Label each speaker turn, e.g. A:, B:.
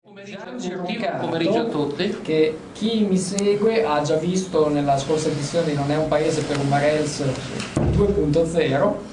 A: pomeriggio
B: Gianluca.
A: buon pomeriggio a tutti.
B: che chi mi segue ha già visto nella scorsa edizione di Non è un paese per un Marels 2.0